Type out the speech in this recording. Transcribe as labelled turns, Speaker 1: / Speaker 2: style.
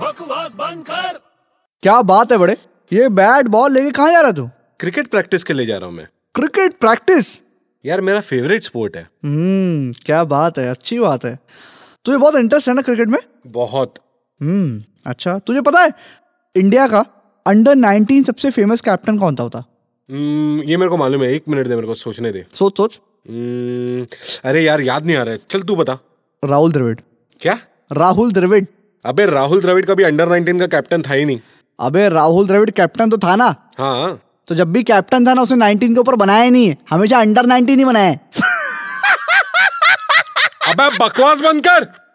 Speaker 1: बकवास बंद कर
Speaker 2: क्या बात है बड़े ये बैट बॉल लेके कहाँ जा रहा तू
Speaker 3: क्रिकेट प्रैक्टिस के लिए जा रहा हूँ मैं
Speaker 2: क्रिकेट प्रैक्टिस
Speaker 3: यार मेरा फेवरेट स्पोर्ट है
Speaker 2: हम्म क्या बात है अच्छी बात है तुझे बहुत इंटरेस्ट है ना क्रिकेट में
Speaker 3: बहुत
Speaker 2: हम्म अच्छा तुझे पता है इंडिया का अंडर 19 सबसे फेमस कैप्टन कौन था होता
Speaker 3: हम्म, ये मेरे को मालूम है एक मिनट दे मेरे को सोचने दे
Speaker 2: सोच सोच
Speaker 3: हम्म, अरे यार याद नहीं आ रहा है चल तू बता
Speaker 2: राहुल द्रविड़
Speaker 3: क्या
Speaker 2: राहुल द्रविड़
Speaker 3: अबे राहुल द्रविड़ कभी अंडर 19 का कैप्टन था ही नहीं
Speaker 2: अबे राहुल द्रविड़ कैप्टन तो था ना
Speaker 3: हाँ
Speaker 2: तो जब भी कैप्टन था ना उसने 19 के ऊपर बनाया ही नहीं है। हमेशा अंडर 19 ही बनाया है
Speaker 3: अबे बकवास बंद कर